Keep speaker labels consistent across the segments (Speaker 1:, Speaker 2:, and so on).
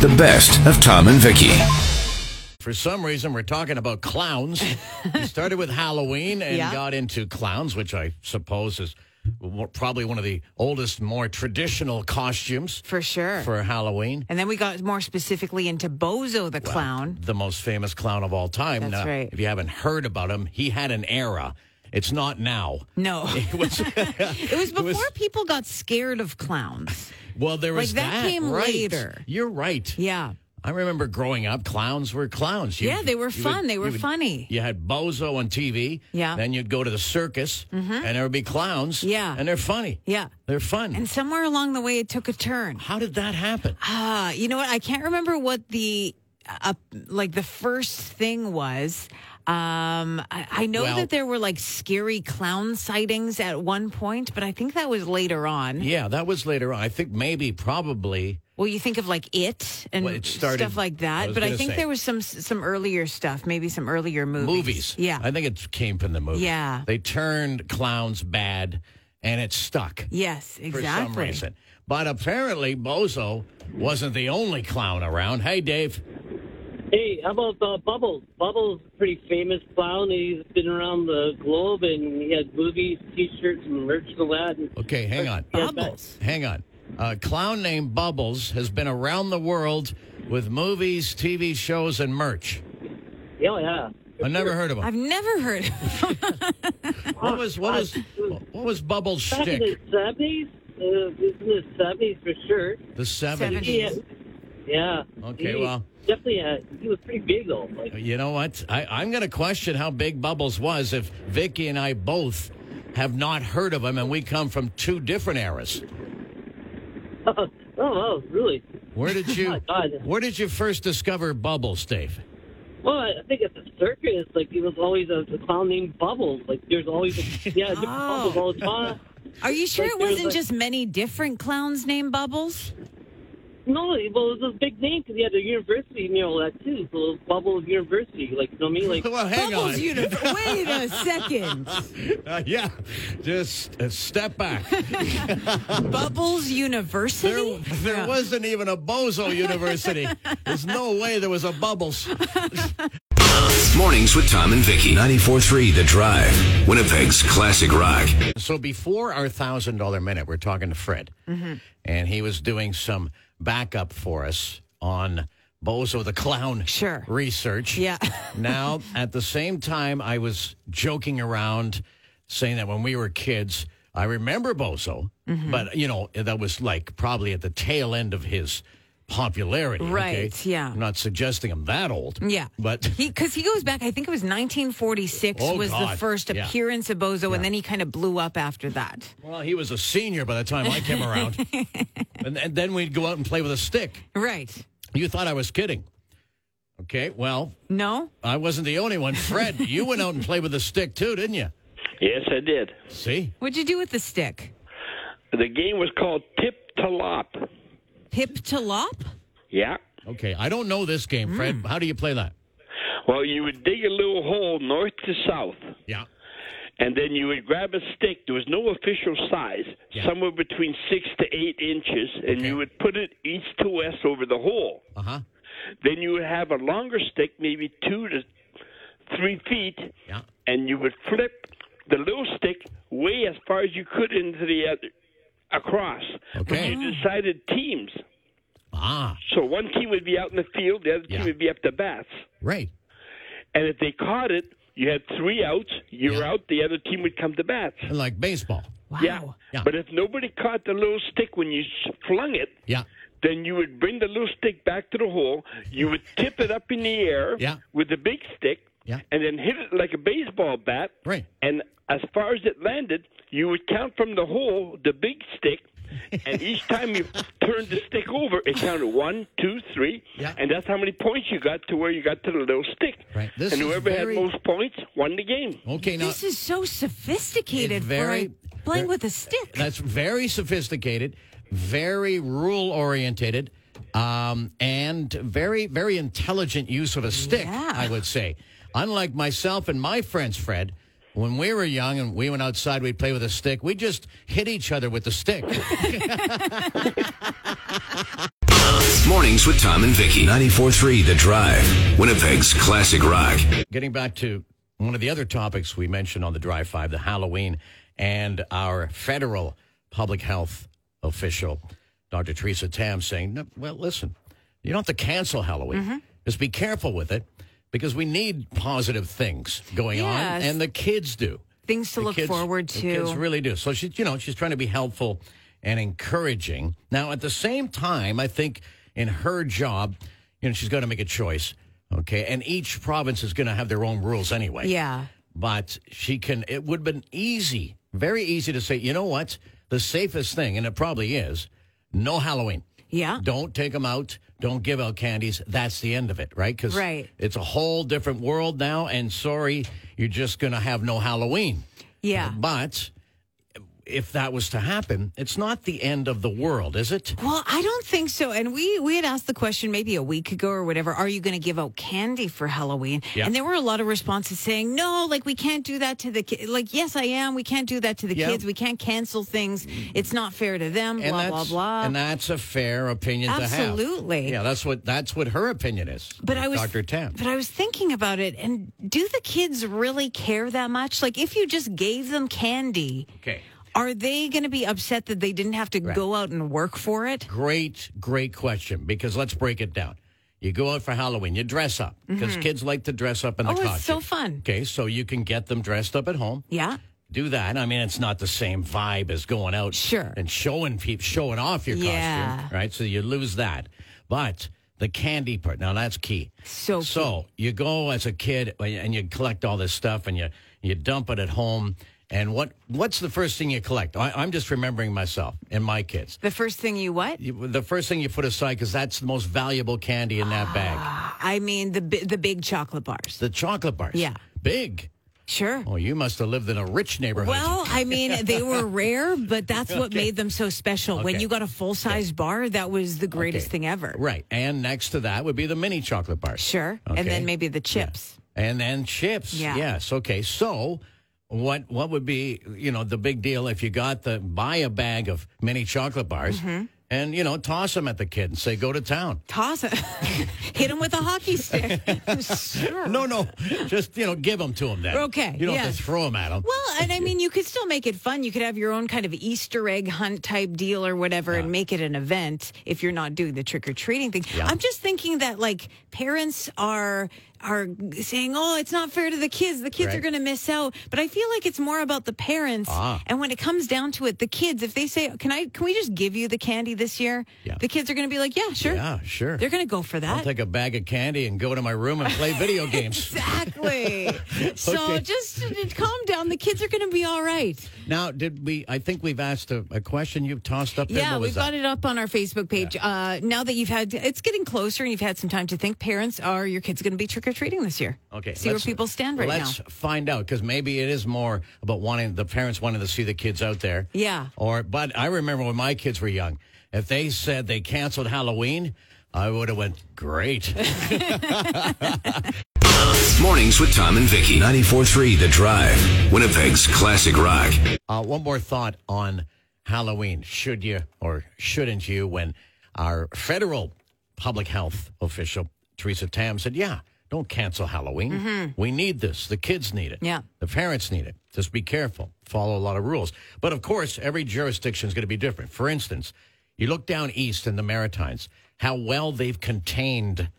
Speaker 1: the best of Tom and Vicky.
Speaker 2: For some reason, we're talking about clowns. we started with Halloween and
Speaker 3: Yeah.
Speaker 2: got into clowns, which I suppose is more- probably one of the oldest, more traditional costumes
Speaker 3: For sure.
Speaker 2: for Halloween.
Speaker 3: and then we got more specifically into Bozo the clown.
Speaker 2: The most famous clown of all time.
Speaker 3: That's right.
Speaker 2: If you haven't heard about him, he had an era. It's not now.
Speaker 3: No.
Speaker 2: It was,
Speaker 3: It was before people got scared of clowns.
Speaker 2: well, there was
Speaker 3: Like, that came
Speaker 2: right.
Speaker 3: later.
Speaker 2: You're right.
Speaker 3: Yeah.
Speaker 2: I remember growing up, clowns were clowns. You-
Speaker 3: Yeah, they were
Speaker 2: you
Speaker 3: fun. They
Speaker 2: you
Speaker 3: were funny.
Speaker 2: You had Bozo on TV.
Speaker 3: Yeah. Mm-hmm.
Speaker 2: Then you'd go to the circus, and there would be clowns.
Speaker 3: Yeah.
Speaker 2: And they're funny.
Speaker 3: Yeah.
Speaker 2: They're fun.
Speaker 3: And somewhere along the way, it took a turn.
Speaker 2: How did that happen?
Speaker 3: Ah, you know what? I can't remember what the uh, like the first thing was. Um, I, I know
Speaker 2: Well-
Speaker 3: that there were like scary clown sightings at one point, but I think that was later on.
Speaker 2: Yeah, that was later on. I think maybe, probably.
Speaker 3: Well, you think of like it and
Speaker 2: Well, it started-
Speaker 3: stuff like
Speaker 2: I
Speaker 3: that,
Speaker 2: was
Speaker 3: but I
Speaker 2: gonna
Speaker 3: think
Speaker 2: say.
Speaker 3: there was some some earlier stuff, maybe some earlier movies.
Speaker 2: Movies.
Speaker 3: Yeah.
Speaker 2: I think it came from the movies.
Speaker 3: Yeah.
Speaker 2: They turned clowns bad, and it stuck
Speaker 3: yes,
Speaker 2: for
Speaker 3: exactly.
Speaker 2: some reason. But apparently, Bozo wasn't the only clown around. Hey, Dave.
Speaker 4: Hey, how about uh, Bubbles? Bubbles, is a pretty famous clown. He's been around the globe, and he had movies, T-shirts, and merch and all that. And
Speaker 2: Okay, hang on.
Speaker 3: Bubbles.
Speaker 2: Hang on. A clown named Bubbles has been around the world with movies, TV shows, and merch.
Speaker 4: yeah, yeah.
Speaker 2: I never heard of him.
Speaker 3: I've never heard.
Speaker 2: What was what was what was Bubbles'
Speaker 4: Back in the
Speaker 2: shtick?
Speaker 4: seventies, uh, in the seventies for sure.
Speaker 2: The seventies.
Speaker 4: Yeah, yeah.
Speaker 2: Okay,
Speaker 4: He
Speaker 2: well.
Speaker 4: definitely. Had, he was pretty big though. Like,
Speaker 2: Uh, You know what? I, I'm going to question how big Bubbles was if Vicky and I both have not heard of him, and we come from two different eras.
Speaker 4: oh, wow, really?
Speaker 2: Where did you
Speaker 4: my God.
Speaker 2: Where did you first discover Bubbles, Dave?
Speaker 4: Well, I think at the circus, like he was always a, a clown named Bubbles. Like there's always, a, yeah, different
Speaker 3: Oh.
Speaker 4: Bubbles all the
Speaker 2: Ah.
Speaker 4: time.
Speaker 3: Are you sure
Speaker 4: Like,
Speaker 3: it
Speaker 4: there's
Speaker 3: wasn't
Speaker 4: like-
Speaker 3: just many different clowns named Bubbles?
Speaker 4: No, well, it was a big name because he had a university and all that too. So it was Bubbles University, like you know what I mean? Like
Speaker 2: Well, hang
Speaker 3: Bubbles
Speaker 2: on.
Speaker 3: universe. Wait a second.
Speaker 2: Uh, yeah, just uh, step back.
Speaker 3: Bubbles University.
Speaker 2: There, there wasn't even a Bozo University. There's no way there was a Bubbles.
Speaker 1: Mornings with Tom and Vicky. 94.3 The Drive. Winnipeg's classic rock.
Speaker 2: So before our thousand dollar minute, we're talking to Fred,
Speaker 3: Mm-hmm.
Speaker 2: and he was doing some backup for us on Bozo the Clown
Speaker 3: Sure.
Speaker 2: research.
Speaker 3: Yeah.
Speaker 2: now, at the same time, I was joking around, saying that when we were kids, I remember Bozo,
Speaker 3: Mm-hmm.
Speaker 2: but you know that was like probably at the tail end of his popularity. okay?
Speaker 3: Right, yeah.
Speaker 2: I'm not suggesting I'm that old.
Speaker 3: Yeah.
Speaker 2: But
Speaker 3: he because he goes back. I think it was 1946
Speaker 2: Oh,
Speaker 3: was
Speaker 2: God.
Speaker 3: the first
Speaker 2: Yeah.
Speaker 3: appearance of Bozo, and then he kind of blew up after that.
Speaker 2: Well, he was a senior by the time I came around. and, and then we'd go out and play with a stick.
Speaker 3: Right?
Speaker 2: You thought I was kidding. Okay, well,
Speaker 3: No.
Speaker 2: I wasn't the only one. Fred, you went out and played with a stick too, didn't you?
Speaker 5: Yes, I did.
Speaker 2: See?
Speaker 3: What'd you do with the stick?
Speaker 5: The game was called Tip to Lop.
Speaker 3: Hip to lop.
Speaker 5: Yeah.
Speaker 2: Okay, I don't know this game, Fred. How do you play that?
Speaker 5: Well, you would dig a little hole north to south,
Speaker 2: Yeah.
Speaker 5: and then you would grab a stick. There was no official size,
Speaker 2: Yeah.
Speaker 5: somewhere between six to eight inches, and
Speaker 2: Okay.
Speaker 5: you would put it east to west over the hole.
Speaker 2: Uh huh.
Speaker 5: Then you would have a longer stick, maybe two to three feet,
Speaker 2: Yeah.
Speaker 5: and you would flip the little stick way as far as you could into the other across.
Speaker 2: Okay.
Speaker 5: But you decided teams.
Speaker 2: Ah,
Speaker 5: So one team would be out in the field, the other
Speaker 2: Yeah.
Speaker 5: team would be up to bats.
Speaker 2: right.
Speaker 5: And if they caught it, you had three outs, you were
Speaker 2: Yeah.
Speaker 5: out, the other team would come to bats.
Speaker 2: Like baseball.
Speaker 3: Wow.
Speaker 5: Yeah.
Speaker 2: Yeah.
Speaker 5: But if nobody caught the little stick when you s- flung it,
Speaker 2: Yeah.
Speaker 5: then you would bring the little stick back to the hole. You would tip it up in the air
Speaker 2: Yeah.
Speaker 5: with the big stick
Speaker 2: Yeah.
Speaker 5: and then hit it like a baseball bat.
Speaker 2: Right.
Speaker 5: And as far as it landed, you would count from the hole the big stick. and each time you turned the stick over, it counted one, two, three,
Speaker 2: Yeah.
Speaker 5: and that's how many points you got to where you got to the little stick.
Speaker 2: Right. This
Speaker 5: and
Speaker 2: is
Speaker 5: whoever
Speaker 2: very-
Speaker 5: had most points won the game.
Speaker 2: Okay, now
Speaker 3: This is so sophisticated.
Speaker 2: It's
Speaker 3: for
Speaker 2: very-
Speaker 3: a- playing with a stick.
Speaker 2: that's very sophisticated, very rule oriented, um, and very, very intelligent use of a stick,
Speaker 3: Yeah.
Speaker 2: I would say. Unlike myself and my friends, Fred, when we were young and we went outside, we'd play with a stick, we just hit each other with the stick.
Speaker 1: Mornings with Tom and Vicky. 94.3 The Drive. Winnipeg's classic rock.
Speaker 2: Getting back to one of the other topics we mentioned on the Drive Five, the Halloween, and our federal public health official, Dr. Teresa Tam, saying, no, well, listen, you don't have to cancel Halloween. Just be careful with it because we need positive things going
Speaker 3: Yes.
Speaker 2: on, and the kids do.
Speaker 3: Things to
Speaker 2: The
Speaker 3: look
Speaker 2: kids-
Speaker 3: forward
Speaker 2: the
Speaker 3: to.
Speaker 2: kids really do. So she's, you know, she's trying to be helpful and encouraging. Now, at the same time, I think in her job, you know, she's got to make a choice. Okay, and each province is going to have their own rules anyway.
Speaker 3: Yeah.
Speaker 2: But she can. It would have been easy, very easy to say, you know what, the safest thing, and it probably is, no Halloween.
Speaker 3: Yeah.
Speaker 2: Don't take them out. Don't give out candies. That's the end of it, right? Because
Speaker 3: Right.
Speaker 2: it's a whole different world now. And sorry, you're just going to have no Halloween.
Speaker 3: Yeah.
Speaker 2: But if that was to happen, it's not the end of the world, is it?
Speaker 3: Well, I don't think so. And we we had asked the question maybe a week ago or whatever. Are you going to give out candy for Halloween?
Speaker 2: Yeah.
Speaker 3: And there were a lot of responses saying no, like we can't do that to the kids. Like yes, I am. We can't do that to the
Speaker 2: Yeah.
Speaker 3: kids. We can't cancel things. It's not fair to them. blah blah
Speaker 2: that's-
Speaker 3: blah.
Speaker 2: And that's a fair opinion to have.
Speaker 3: Absolutely.
Speaker 2: Yeah, that's what that's what her opinion is.
Speaker 3: but I was
Speaker 2: Dr. Tam.
Speaker 3: But I was thinking about it, and do the kids really care that much? Like, if you just gave them candy,
Speaker 2: Okay.
Speaker 3: are they going to be upset that they didn't have to go out and work for it?
Speaker 2: great, great question because let's break it down. You go out for Halloween, you dress up because kids like to dress up in the
Speaker 3: Mm-hmm. Oh,
Speaker 2: costume.
Speaker 3: it's so fun.
Speaker 2: Okay, so you can get them dressed up at home.
Speaker 3: Yeah.
Speaker 2: Do that. I mean, it's not the same vibe as going out
Speaker 3: Sure.
Speaker 2: and showing people, showing off your
Speaker 3: Yeah.
Speaker 2: costume, right? So you lose that. But the candy part, now that's key.
Speaker 3: So
Speaker 2: so you go as a kid and you collect all this stuff and you you dump it at home. And what what's the first thing you collect? I, I'm just remembering myself and my kids
Speaker 3: The first thing you what?
Speaker 2: you, the first thing you put aside because that's the most valuable candy in that bag.
Speaker 3: I mean the bi- the big chocolate bars.
Speaker 2: The chocolate bars.
Speaker 3: Yeah.
Speaker 2: Big.
Speaker 3: Sure.
Speaker 2: Oh, you must have lived in a rich neighborhood.
Speaker 3: Well, I mean they were rare, but that's what made them so special. When
Speaker 2: Okay.
Speaker 3: you got a full size bar, that was the greatest
Speaker 2: Okay.
Speaker 3: thing ever.
Speaker 2: Right. And next to that would be the mini chocolate bars.
Speaker 3: Sure. And
Speaker 2: Okay.
Speaker 3: then maybe the chips.
Speaker 2: And then chips.
Speaker 3: Yeah.
Speaker 2: Yes. Okay. So what what would be, you know, the big deal if you got the buy a bag of mini chocolate bars
Speaker 3: Mm-hmm.
Speaker 2: and, you know, toss them at the kid and say, go to town.
Speaker 3: Toss it. Hit them with a hockey stick. sure.
Speaker 2: No, no. Just, you know, give them to him then.
Speaker 3: Okay,
Speaker 2: You don't
Speaker 3: yeah.
Speaker 2: have to throw them at him.
Speaker 3: Well, and I mean, you could still make it fun. You could have your own kind of Easter egg hunt type deal or whatever and make it an event if you're not doing the trick or treating thing. I'm just thinking that like parents are are saying, "Oh, it's not fair to the kids. The kids
Speaker 2: Right.
Speaker 3: are
Speaker 2: Ah.
Speaker 3: going to miss out." But I feel like it's more about the parents. And when it comes down to it, the kids if they say, "Can I can we just give you the candy this year?"
Speaker 2: Yeah.
Speaker 3: The kids are going to be like, "Yeah, sure."
Speaker 2: Yeah, sure.
Speaker 3: They're going to go for
Speaker 2: I'll
Speaker 3: that.
Speaker 2: take a bag of candy and go to my room and play video games.
Speaker 3: Exactly. So
Speaker 2: Okay.
Speaker 3: just uh, calm down. The kids are going to be all right.
Speaker 2: Now, did we? I think we've asked a, a question you tossed up. there.
Speaker 3: Yeah,
Speaker 2: What
Speaker 3: we've
Speaker 2: was
Speaker 3: got
Speaker 2: that?
Speaker 3: it up on our Facebook page. Uh, now that you've had, it's getting closer and you've had some time to think. Parents, are your kids going to be trick or treating this year?
Speaker 2: Okay,
Speaker 3: See where
Speaker 2: let's-
Speaker 3: people stand right
Speaker 2: let's
Speaker 3: now.
Speaker 2: find out because maybe it is more about wanting the parents wanting to see the kids out there.
Speaker 3: Yeah.
Speaker 2: Or, but I remember when my kids were young, if they said they canceled Halloween, I would have went great.
Speaker 1: Mornings with Tom and Vicky. 94.3 The Drive. Winnipeg's classic rock.
Speaker 2: Uh, one more thought on Halloween. Should you or shouldn't you? When our federal public health official, Teresa Tam, said, Yeah, don't cancel Halloween. We need this. The kids need it.
Speaker 3: Yeah.
Speaker 2: The parents need it. Just be careful. Follow a lot of rules. But of course, every jurisdiction is going to be different. For instance, you look down east in the Maritimes, how well they've contained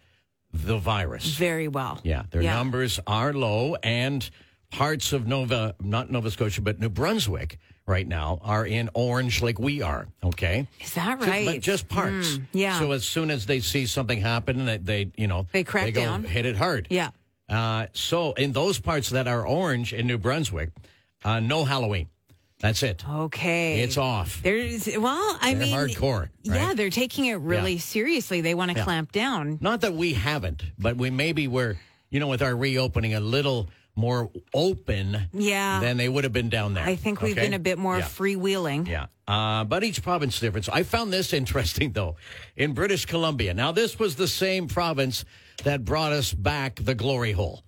Speaker 2: the virus.
Speaker 3: Very well.
Speaker 2: Yeah, their
Speaker 3: Yeah.
Speaker 2: numbers are low, and parts of Nova, not Nova Scotia, but New Brunswick right now are in orange like we are, okay?
Speaker 3: Is that
Speaker 2: Ju-
Speaker 3: right? Mm,
Speaker 2: But just parts.
Speaker 3: yeah.
Speaker 2: So as soon as they see something happen, they, they you know,
Speaker 3: They crack
Speaker 2: go
Speaker 3: down.
Speaker 2: hit it hard.
Speaker 3: Yeah.
Speaker 2: Uh, so in those parts that are orange in New Brunswick, uh, no Halloween. That's it.
Speaker 3: Okay.
Speaker 2: It's off.
Speaker 3: There's well, I
Speaker 2: They're
Speaker 3: mean,
Speaker 2: hardcore,
Speaker 3: Yeah,
Speaker 2: right?
Speaker 3: they're taking it really seriously. They want to clamp down.
Speaker 2: Not that we haven't, but we maybe were, you know, with our reopening a little more open
Speaker 3: Yeah.
Speaker 2: than they would have been down there.
Speaker 3: I think we've
Speaker 2: okay?
Speaker 3: been a bit more
Speaker 2: Yeah.
Speaker 3: freewheeling.
Speaker 2: Yeah. Uh, but each province difference. I found this interesting, though, in British Columbia. Now, this was the same province that brought us back the glory hole.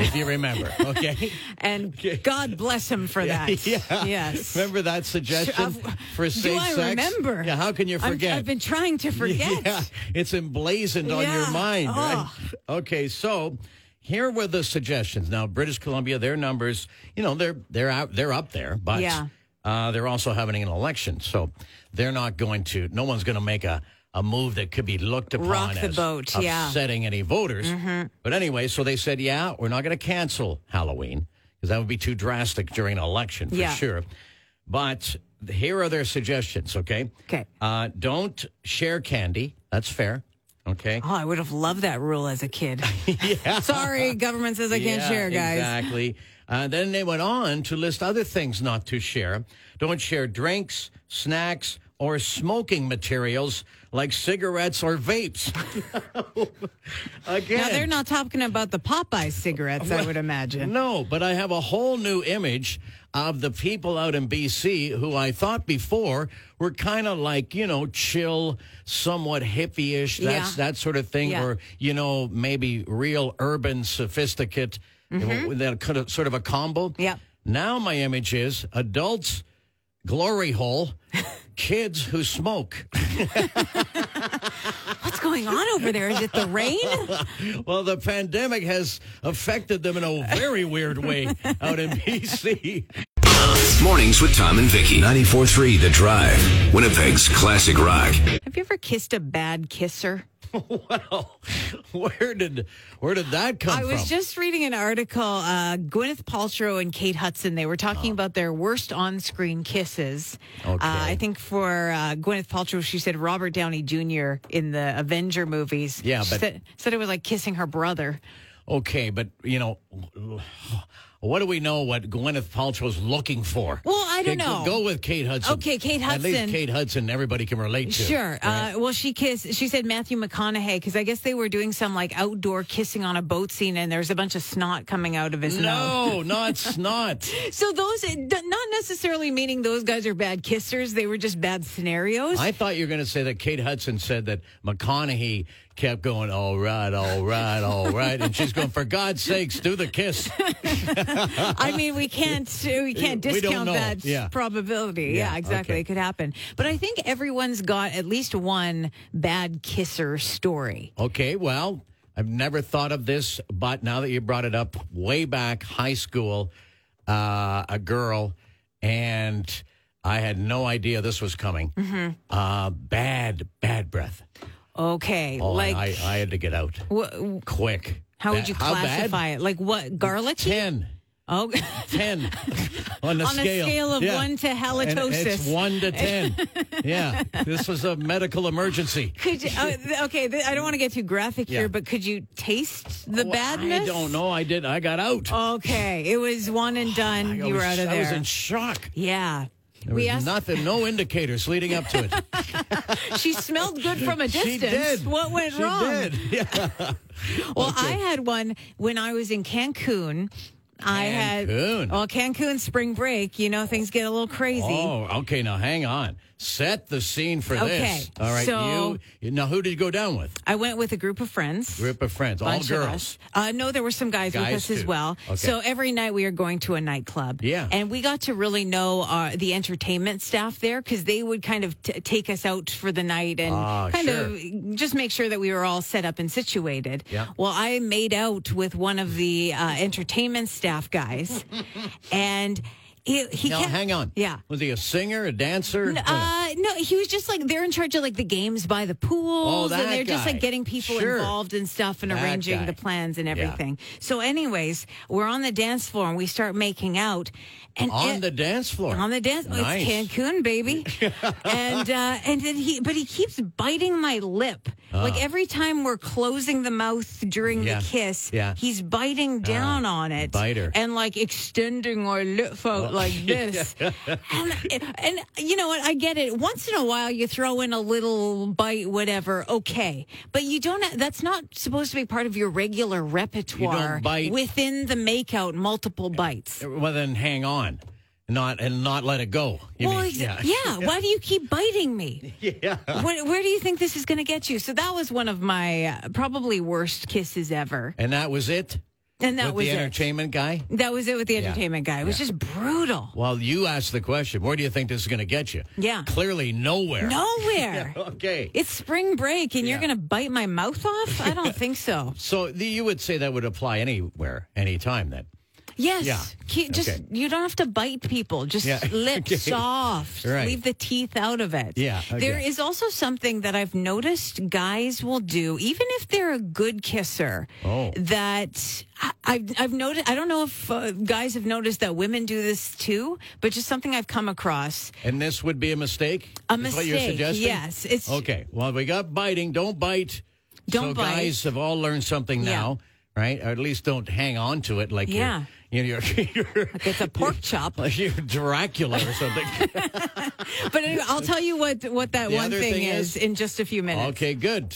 Speaker 2: if you remember. Okay.
Speaker 3: And God bless him for that. Yes.
Speaker 2: Remember that suggestion
Speaker 3: Sure, I've-
Speaker 2: for
Speaker 3: do
Speaker 2: safe
Speaker 3: I
Speaker 2: sex?
Speaker 3: remember?
Speaker 2: Yeah, how can you
Speaker 3: I'm-
Speaker 2: forget?
Speaker 3: I've been trying to forget.
Speaker 2: Yeah, it's emblazoned on your
Speaker 3: Yeah.
Speaker 2: mind, right?
Speaker 3: Ugh.
Speaker 2: Okay, so here were the suggestions. Now, British Columbia, their numbers, you know, they're they're out, they're up there, but
Speaker 3: Yeah.
Speaker 2: uh, they're also having an election, so they're not going to. No one's going to make a. A move that could be looked upon
Speaker 3: Rock the
Speaker 2: as
Speaker 3: boat, yeah. Mm-hmm.
Speaker 2: upsetting any voters. But anyway, so they said, yeah, we're not going to cancel Halloween because that would be too drastic during an election for
Speaker 3: Yeah.
Speaker 2: sure. But here are their suggestions, okay?
Speaker 3: Okay.
Speaker 2: Uh, don't share candy. That's fair. Okay.
Speaker 3: Oh, I would have loved that rule as a kid.
Speaker 2: yeah.
Speaker 3: Sorry, government says I can't
Speaker 2: Yeah,
Speaker 3: share, guys.
Speaker 2: Exactly. Uh, then they went on to list other things not to share. Don't share drinks, snacks, or smoking materials like cigarettes or vapes. Again.
Speaker 3: Now they're not talking about the Popeye cigarettes, I would imagine.
Speaker 2: No, but I have a whole new image of the people out in BC who I thought before were kind of like, you know, chill, somewhat hippie-ish, that's,
Speaker 3: Yeah.
Speaker 2: that sort of thing,
Speaker 3: Yeah.
Speaker 2: or, you know, maybe real urban sophisticate,
Speaker 3: Mm-hmm.
Speaker 2: that kind of, sort of a combo.
Speaker 3: Yep.
Speaker 2: Now my image is adults, glory hole, kids who smoke.
Speaker 3: What's going on over there? Is it the rain?
Speaker 2: Well, the pandemic has affected them in a very weird way out in BC.
Speaker 1: Mornings with Tom and Vicky. 94.3 The Drive. Winnipeg's classic rock.
Speaker 3: Have you ever kissed a bad kisser?
Speaker 2: Well, where did where did that come
Speaker 3: I
Speaker 2: from?
Speaker 3: was just reading an article. Uh, Gwyneth Paltrow and Kate Hudson. They were talking about their worst on-screen kisses. Uh,
Speaker 2: Okay.
Speaker 3: I think for uh, Gwyneth Paltrow, she said Robert Downey Jr. in the Avenger movies.
Speaker 2: Yeah,
Speaker 3: she
Speaker 2: but-
Speaker 3: said, said it was like kissing her brother.
Speaker 2: okay, but you know, what do we know what Gwyneth Paltrow's looking for?
Speaker 3: Well, I don't
Speaker 2: Okay,
Speaker 3: know.
Speaker 2: Go with Kate Hudson.
Speaker 3: Okay, Kate
Speaker 2: At least
Speaker 3: Hudson.
Speaker 2: Kate Hudson, everybody can relate to.
Speaker 3: Sure. Uh, well, she kissed. She said Matthew McConaughey because I guess they were doing some like outdoor kissing on a boat scene, and there's a bunch of snot coming out of his nose.
Speaker 2: No, not snot.
Speaker 3: So those, not necessarily meaning those guys are bad kissers. They were just bad scenarios.
Speaker 2: I thought you were going to say that Kate Hudson said that McConaughey kept going, all right, all right, all right. And she's going, for God's sakes, do the kiss.
Speaker 3: I mean, we can't we can't
Speaker 2: We don't
Speaker 3: discount
Speaker 2: know.
Speaker 3: that
Speaker 2: Yeah.
Speaker 3: probability. Yeah,
Speaker 2: Yeah,
Speaker 3: exactly.
Speaker 2: okay.
Speaker 3: It could happen. But I think everyone's got at least one bad kisser story.
Speaker 2: Okay, well, I've never thought of this, but now that you brought it up, way back high school, uh, a girl, and I had no idea this was coming.
Speaker 3: Mm-hmm.
Speaker 2: Uh, bad, bad breath.
Speaker 3: Okay,
Speaker 2: Oh,
Speaker 3: like
Speaker 2: I, I had to get out
Speaker 3: wha-
Speaker 2: quick.
Speaker 3: how
Speaker 2: Ba-
Speaker 3: would you classify it? Like what garlic?
Speaker 2: Ten.
Speaker 3: Oh,
Speaker 2: Ten on the
Speaker 3: On a
Speaker 2: scale.
Speaker 3: scale of
Speaker 2: Yeah.
Speaker 3: one to
Speaker 2: And It's
Speaker 3: halitosis.
Speaker 2: one to ten. yeah, this was a medical emergency.
Speaker 3: could you, oh, th- okay. Th- I don't want to get too graphic
Speaker 2: Yeah.
Speaker 3: here, but could you taste the
Speaker 2: Well,
Speaker 3: badness?
Speaker 2: I don't know. I did. I got out.
Speaker 3: Okay, it was one and done.
Speaker 2: I
Speaker 3: you
Speaker 2: was-
Speaker 3: were out of
Speaker 2: I
Speaker 3: there.
Speaker 2: was in shock.
Speaker 3: yeah.
Speaker 2: There
Speaker 3: we
Speaker 2: was
Speaker 3: asked,
Speaker 2: nothing, no indicators leading up to it.
Speaker 3: she smelled good from a distance.
Speaker 2: she did.
Speaker 3: What went
Speaker 2: she
Speaker 3: wrong?
Speaker 2: Did. Yeah.
Speaker 3: Well, I had one when I was in Cancun. I had
Speaker 2: Cancun.
Speaker 3: well Cancun spring break. You know things get a little crazy.
Speaker 2: Oh, okay. Now hang on. Set the scene for this.
Speaker 3: Okay,
Speaker 2: All right.
Speaker 3: so-
Speaker 2: you now who did you go down with?
Speaker 3: I went with a group of friends.
Speaker 2: Group of friends, all
Speaker 3: bunch of
Speaker 2: girls.
Speaker 3: us. Uh, no, there were some guys,
Speaker 2: Guys
Speaker 3: with us as
Speaker 2: too.
Speaker 3: well.
Speaker 2: Okay.
Speaker 3: So every night we are going to a nightclub.
Speaker 2: Yeah.
Speaker 3: And we got to really know uh, the entertainment staff there because they would kind of t- take us out for the night and
Speaker 2: Ah,
Speaker 3: kind
Speaker 2: sure.
Speaker 3: of just make sure that we were all set up and situated.
Speaker 2: Yeah.
Speaker 3: Well, I made out with one of the uh, entertainment staff guys, and. He, he
Speaker 2: Now
Speaker 3: kept-
Speaker 2: hang on.
Speaker 3: Yeah.
Speaker 2: Was he a singer, a dancer?
Speaker 3: N-
Speaker 2: What?
Speaker 3: Uh, no, he was just like they're in charge of like the games by the
Speaker 2: Oh,
Speaker 3: pools,
Speaker 2: that
Speaker 3: and they're just
Speaker 2: guy.
Speaker 3: like getting people
Speaker 2: Sure.
Speaker 3: involved and stuff, and
Speaker 2: That
Speaker 3: arranging
Speaker 2: guy.
Speaker 3: the plans and
Speaker 2: Yeah.
Speaker 3: everything. So, anyways, we're on the dance floor and we start making out, and
Speaker 2: on
Speaker 3: it-
Speaker 2: the dance floor.
Speaker 3: on the dance, floor.
Speaker 2: Nice.
Speaker 3: it's Cancun, baby, and uh, and then he, but he keeps biting my lip. Like every time we're closing the mouth during
Speaker 2: Ah. Yeah.
Speaker 3: the kiss,
Speaker 2: Yeah. Ah.
Speaker 3: he's biting down on it,
Speaker 2: biter.
Speaker 3: and like extending our lip out like this. and, and you know what? I get it. Once in a while, you throw in a little bite, whatever, okay. But you don't. That's not supposed to be part of your regular repertoire
Speaker 2: bite.
Speaker 3: within the makeout. Multiple bites.
Speaker 2: Well, then hang on, not and not let it go. You
Speaker 3: Well,
Speaker 2: mean,
Speaker 3: ex- yeah. Why do you keep biting me? Yeah. Where, where do you think this is going to get you? So that was one of my uh, probably worst kisses ever.
Speaker 2: And that was it.
Speaker 3: And
Speaker 2: with
Speaker 3: that was
Speaker 2: the
Speaker 3: it.
Speaker 2: entertainment guy.
Speaker 3: That was it with the entertainment guy. It was just brutal.
Speaker 2: Well, you asked the question. Where do you think this is going to get you?
Speaker 3: Yeah.
Speaker 2: Clearly nowhere.
Speaker 3: Nowhere.
Speaker 2: Okay.
Speaker 3: It's spring break and you're going to bite my mouth off? I don't think so.
Speaker 2: So the, you would say that would apply anywhere, anytime then.
Speaker 3: Yes.
Speaker 2: Yeah.
Speaker 3: Ke- Just
Speaker 2: Okay.
Speaker 3: you don't have to bite people. Just
Speaker 2: Yeah.
Speaker 3: lips
Speaker 2: Okay.
Speaker 3: soft.
Speaker 2: Right.
Speaker 3: Leave the teeth out of it.
Speaker 2: Yeah, okay.
Speaker 3: There is also something that I've noticed guys will do, even if they're a good kisser.
Speaker 2: Oh.
Speaker 3: That I, I've I've noticed. I don't know if uh, guys have noticed that women do this too, but just something I've come across.
Speaker 2: And this would be a mistake?
Speaker 3: A
Speaker 2: Is What you're
Speaker 3: mistake,
Speaker 2: suggesting?
Speaker 3: yes. It's-
Speaker 2: okay. Well, we got biting. Don't bite.
Speaker 3: Don't
Speaker 2: so
Speaker 3: bite.
Speaker 2: guys have all learned something
Speaker 3: Yeah.
Speaker 2: now, right? Or at least don't hang on to it like
Speaker 3: Yeah.
Speaker 2: you're, you know, you're, you're,
Speaker 3: Like it's a pork chop.
Speaker 2: like you're Dracula or something.
Speaker 3: But it- I'll tell you what what that
Speaker 2: The
Speaker 3: one
Speaker 2: other
Speaker 3: thing,
Speaker 2: thing
Speaker 3: is,
Speaker 2: is-
Speaker 3: in just a few minutes.
Speaker 2: okay, good.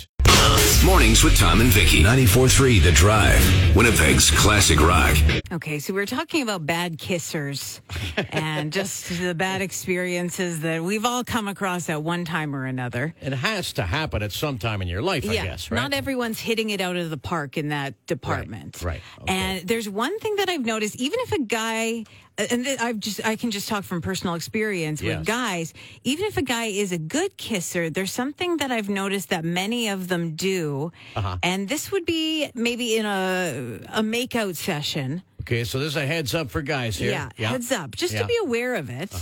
Speaker 1: Mornings with Tom and Vicky. 94.3 The Drive. Winnipeg's classic rock.
Speaker 3: Okay, so we were talking about bad kissers and just the bad experiences that we've all come across at one time or another.
Speaker 2: It has to happen at some time in your life, I guess, right?
Speaker 3: not everyone's hitting it out of the park in that department.
Speaker 2: right, okay.
Speaker 3: And there's one thing that I've noticed, even if a guy, uh, and th- I've just I can just talk from personal experience
Speaker 2: Yes.
Speaker 3: with guys, even if a guy is a good kisser, there's something that I've noticed that many of them do,
Speaker 2: Uh-huh.
Speaker 3: and this would be maybe in a a makeout session.
Speaker 2: okay, so there's a heads up for guys here.
Speaker 3: Yeah, heads up, just
Speaker 2: Yeah. Uh-huh.
Speaker 3: to be aware of it.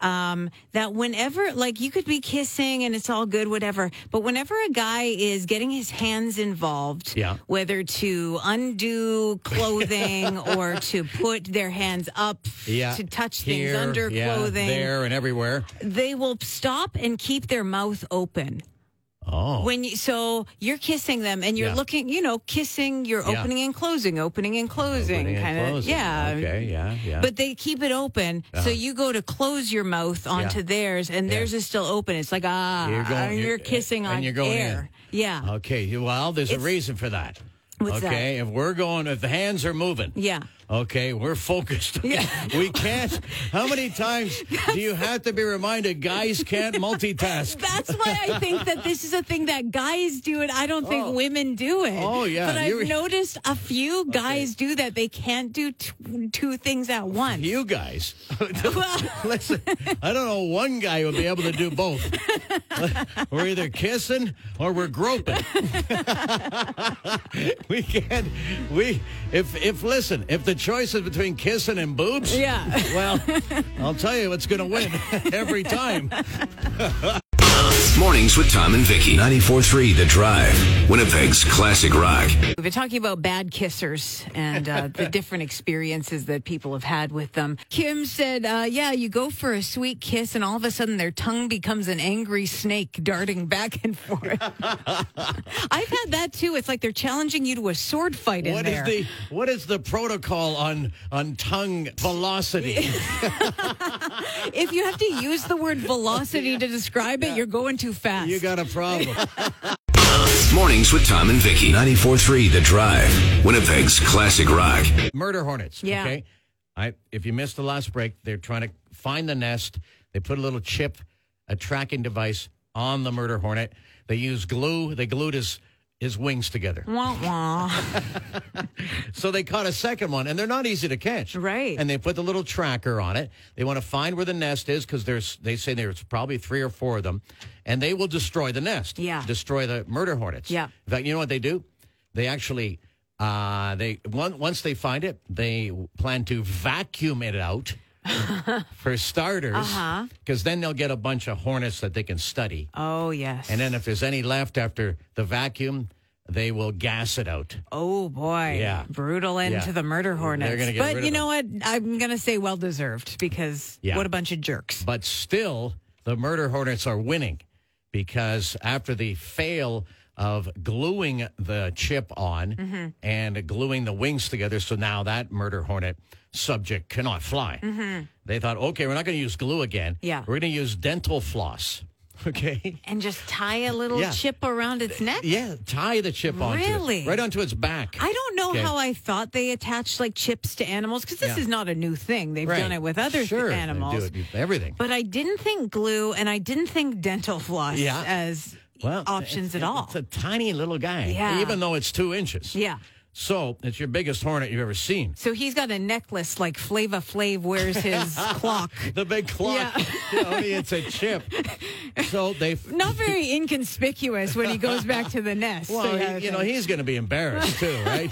Speaker 3: Um, that whenever, like, you could be kissing and it's all good, whatever. But whenever a guy is getting his hands involved,
Speaker 2: Yeah.
Speaker 3: whether to undo clothing or to put their hands up
Speaker 2: Yeah.
Speaker 3: to touch
Speaker 2: Here,
Speaker 3: things under
Speaker 2: yeah,
Speaker 3: clothing,
Speaker 2: There and everywhere.
Speaker 3: they will stop and keep their mouth open.
Speaker 2: Oh.
Speaker 3: When you, so you're kissing them and you're
Speaker 2: Yeah.
Speaker 3: looking, you know, kissing, you're
Speaker 2: Yeah.
Speaker 3: opening and closing, opening and closing,
Speaker 2: Opening and
Speaker 3: kind of,
Speaker 2: closing.
Speaker 3: yeah,
Speaker 2: Okay, yeah, yeah. Uh-huh.
Speaker 3: But they keep it open, so you go to close your mouth onto
Speaker 2: Yeah.
Speaker 3: theirs, and theirs is still open. It's like ah,
Speaker 2: You're
Speaker 3: you're,
Speaker 2: going- you're-
Speaker 3: kissing
Speaker 2: and
Speaker 3: on
Speaker 2: you're going Oh.
Speaker 3: air, yeah,
Speaker 2: Okay. you- Well, there's a
Speaker 3: It's-
Speaker 2: reason for that.
Speaker 3: What's that?
Speaker 2: okay. If we're going, if the hands are moving.
Speaker 3: Yeah.
Speaker 2: Okay, we're focused.
Speaker 3: Yeah.
Speaker 2: we can't. How many times do you have to be reminded guys can't multitask?
Speaker 3: That's why I think that this is a thing that guys do, and I don't think women do it.
Speaker 2: Oh, yeah,
Speaker 3: But I've
Speaker 2: you're-
Speaker 3: noticed a few guys do that. They can't do t- two things at once.
Speaker 2: You guys. Listen, I don't know one guy who would be able to do both. we're either kissing or we're groping. we can't. We if if listen if the choice is between kissing and boobs.
Speaker 3: yeah.
Speaker 2: Well, I'll tell you what's going to win every time.
Speaker 1: Mornings with Tom and Vicky. 94.3 The Drive. Winnipeg's classic rock.
Speaker 3: We've been talking about bad kissers and uh, the different experiences that people have had with them. Kim said, uh, Yeah, you go for a sweet kiss, and all of a sudden their tongue becomes an angry snake darting back and forth. I've had that too. It's like they're challenging you to a sword fight in
Speaker 2: What is
Speaker 3: there.
Speaker 2: the what is the protocol on on tongue velocity?
Speaker 3: if you have to use the word velocity to describe it, you're going too fast.
Speaker 2: You got a problem.
Speaker 1: Mornings with Tom and Vicky. 94.3 The Drive. Winnipeg's classic rock.
Speaker 2: Murder hornets.
Speaker 3: Yeah.
Speaker 2: Okay. I if you missed the last break, they're trying to find the nest. They put a little chip, a tracking device on the murder hornet. They use glue. They glued his his wings together.
Speaker 3: Wah, wah.
Speaker 2: So they caught a second one, and they're not easy to catch.
Speaker 3: Right.
Speaker 2: And they put the little tracker on it. They want to find where the nest is because there's they say there's probably three or four of them, and they will destroy the nest.
Speaker 3: Yeah.
Speaker 2: Destroy the murder hornets.
Speaker 3: Yeah.
Speaker 2: In fact, you know what they do? They actually. Uh, they one, once they find it, they plan to vacuum it out for starters, because
Speaker 3: Uh-huh.
Speaker 2: then they'll get a bunch of hornets that they can study,
Speaker 3: Oh, yes.
Speaker 2: and then if there's any left after the vacuum, they will gas it out.
Speaker 3: Oh boy!
Speaker 2: Yeah.
Speaker 3: brutal end
Speaker 2: Yeah.
Speaker 3: to the murder hornets.
Speaker 2: They're gonna get
Speaker 3: but
Speaker 2: rid of
Speaker 3: you know what? I'm gonna say well deserved because
Speaker 2: Yeah.
Speaker 3: what a bunch of jerks.
Speaker 2: but still the murder hornets are winning because after the fail of gluing the chip on
Speaker 3: Mm-hmm.
Speaker 2: and gluing the wings together so now that murder hornet subject cannot fly they thought okay we're not going to use glue again
Speaker 3: Mm-hmm. Yeah.
Speaker 2: we're going to use dental floss okay
Speaker 3: And just tie a little
Speaker 2: Yeah.
Speaker 3: chip around its neck.
Speaker 2: yeah tie the chip onto it,
Speaker 3: Really?
Speaker 2: right onto its back
Speaker 3: I don't know
Speaker 2: Okay.
Speaker 3: how I thought they attached like chips to animals because this
Speaker 2: Yeah.
Speaker 3: is not a new thing. They've done
Speaker 2: Right.
Speaker 3: it with other
Speaker 2: Sure, they do
Speaker 3: animals.
Speaker 2: it with everything
Speaker 3: But I didn't think glue and I didn't think dental floss
Speaker 2: Yeah.
Speaker 3: as options
Speaker 2: it-
Speaker 3: at all.
Speaker 2: It's a tiny little guy,
Speaker 3: Yeah.
Speaker 2: even though it's two inches.
Speaker 3: Yeah.
Speaker 2: So it's your biggest hornet you've ever seen.
Speaker 3: So he's got a necklace like Flava Flav wears his clock.
Speaker 2: The big clock.
Speaker 3: Yeah.
Speaker 2: You know, I mean, it's a chip. So they.
Speaker 3: Not very inconspicuous when he goes back to the nest.
Speaker 2: Well,
Speaker 3: yeah,
Speaker 2: he, you know, he's going to be embarrassed too, right?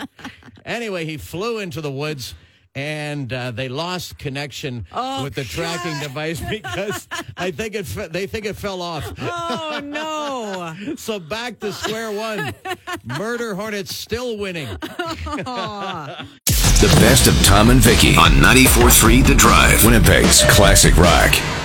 Speaker 2: anyway, he flew into the woods and uh, they lost connection
Speaker 3: Oh,
Speaker 2: with the tracking device because I think it fe- they think it fell off.
Speaker 3: oh no.
Speaker 2: So back to square one. Murder Hornets still winning.
Speaker 1: The best of Tom and Vicky on 94.3 The Drive, Winnipeg's Classic Rock.